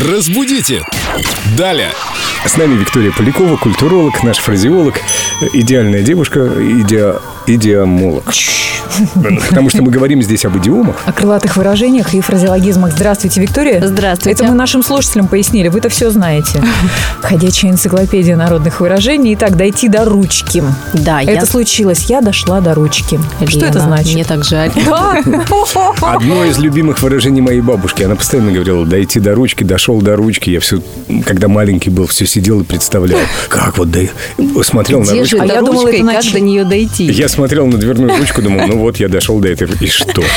Разбудите! Далее! С нами Виктория Полякова, культуролог, наш фразеолог, идеальная девушка, идеа, идеомолог. Потому что мы говорим здесь об идиомах. О крылатых выражениях и фразеологизмах. Здравствуйте, Виктория. Здравствуйте. Это мы нашим слушателям пояснили. Вы-то все знаете. Ходячая энциклопедия народных выражений. Итак, дойти до ручки. Да, я... Это случилось. Я дошла до ручки. Что Лена, это Мне значит? так жаль. Да. Одно из любимых выражений моей бабушки. Она постоянно говорила, дойти до ручки, дошел до ручки. Я все, когда маленький был, все сидел и представлял, как вот дой- смотрел на Где ручку. же А эта я думала, ручка это и как нач- до нее дойти? Я смотрел на дверную ручку, думал, ну вот я дошел до этого. И что?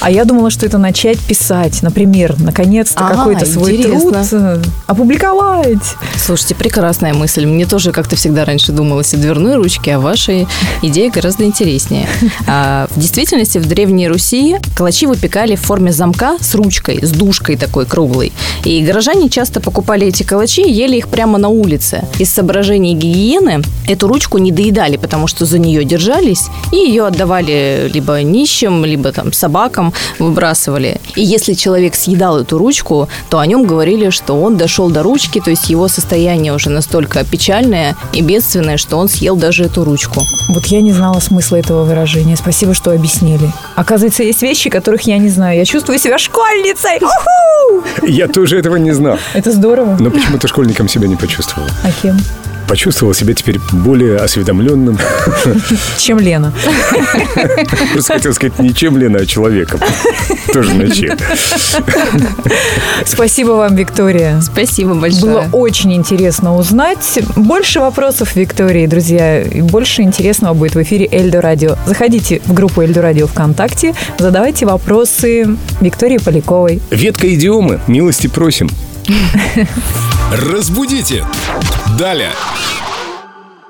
А я думала, что это начать писать. Например, наконец-то А, какой-то свой интересно. труд э, опубликовать. Слушайте, прекрасная мысль. Мне тоже как-то всегда раньше думалось о дверной ручке, а ваши идеи гораздо интереснее. А, в действительности в Древней Руси калачи выпекали в форме замка с ручкой, с душкой такой круглой. И горожане часто покупали эти калачи и ели их прямо на улице. Из соображений гигиены эту ручку не доедали, потому что за нее держались и ее отдавали либо нищим, либо там собакам выбрасывали. И если человек съедал эту ручку, то о нем говорили, что он дошел до ручки, то есть его состояние уже настолько печальное и бедственное, что он съел даже эту ручку. Вот я не знала смысла этого выражения. Спасибо, что объяснили. Оказывается, есть вещи, которых я не знаю. Я чувствую себя школьницей. Уху! Я тоже этого не знал. Это здорово. Но почему-то школьником себя не почувствовал. А кем? Почувствовал себя теперь более осведомленным. Чем Лена? Просто хотел сказать не чем Лена, а человеком. Тоже на «че». Спасибо вам, Виктория. Спасибо большое. Было очень интересно узнать. Больше вопросов Виктории, друзья, и больше интересного будет в эфире Эльдо Радио. Заходите в группу Эльдо Радио ВКонтакте, задавайте вопросы Виктории Поляковой. Ветка идиомы. Милости просим. Разбудите! Далее!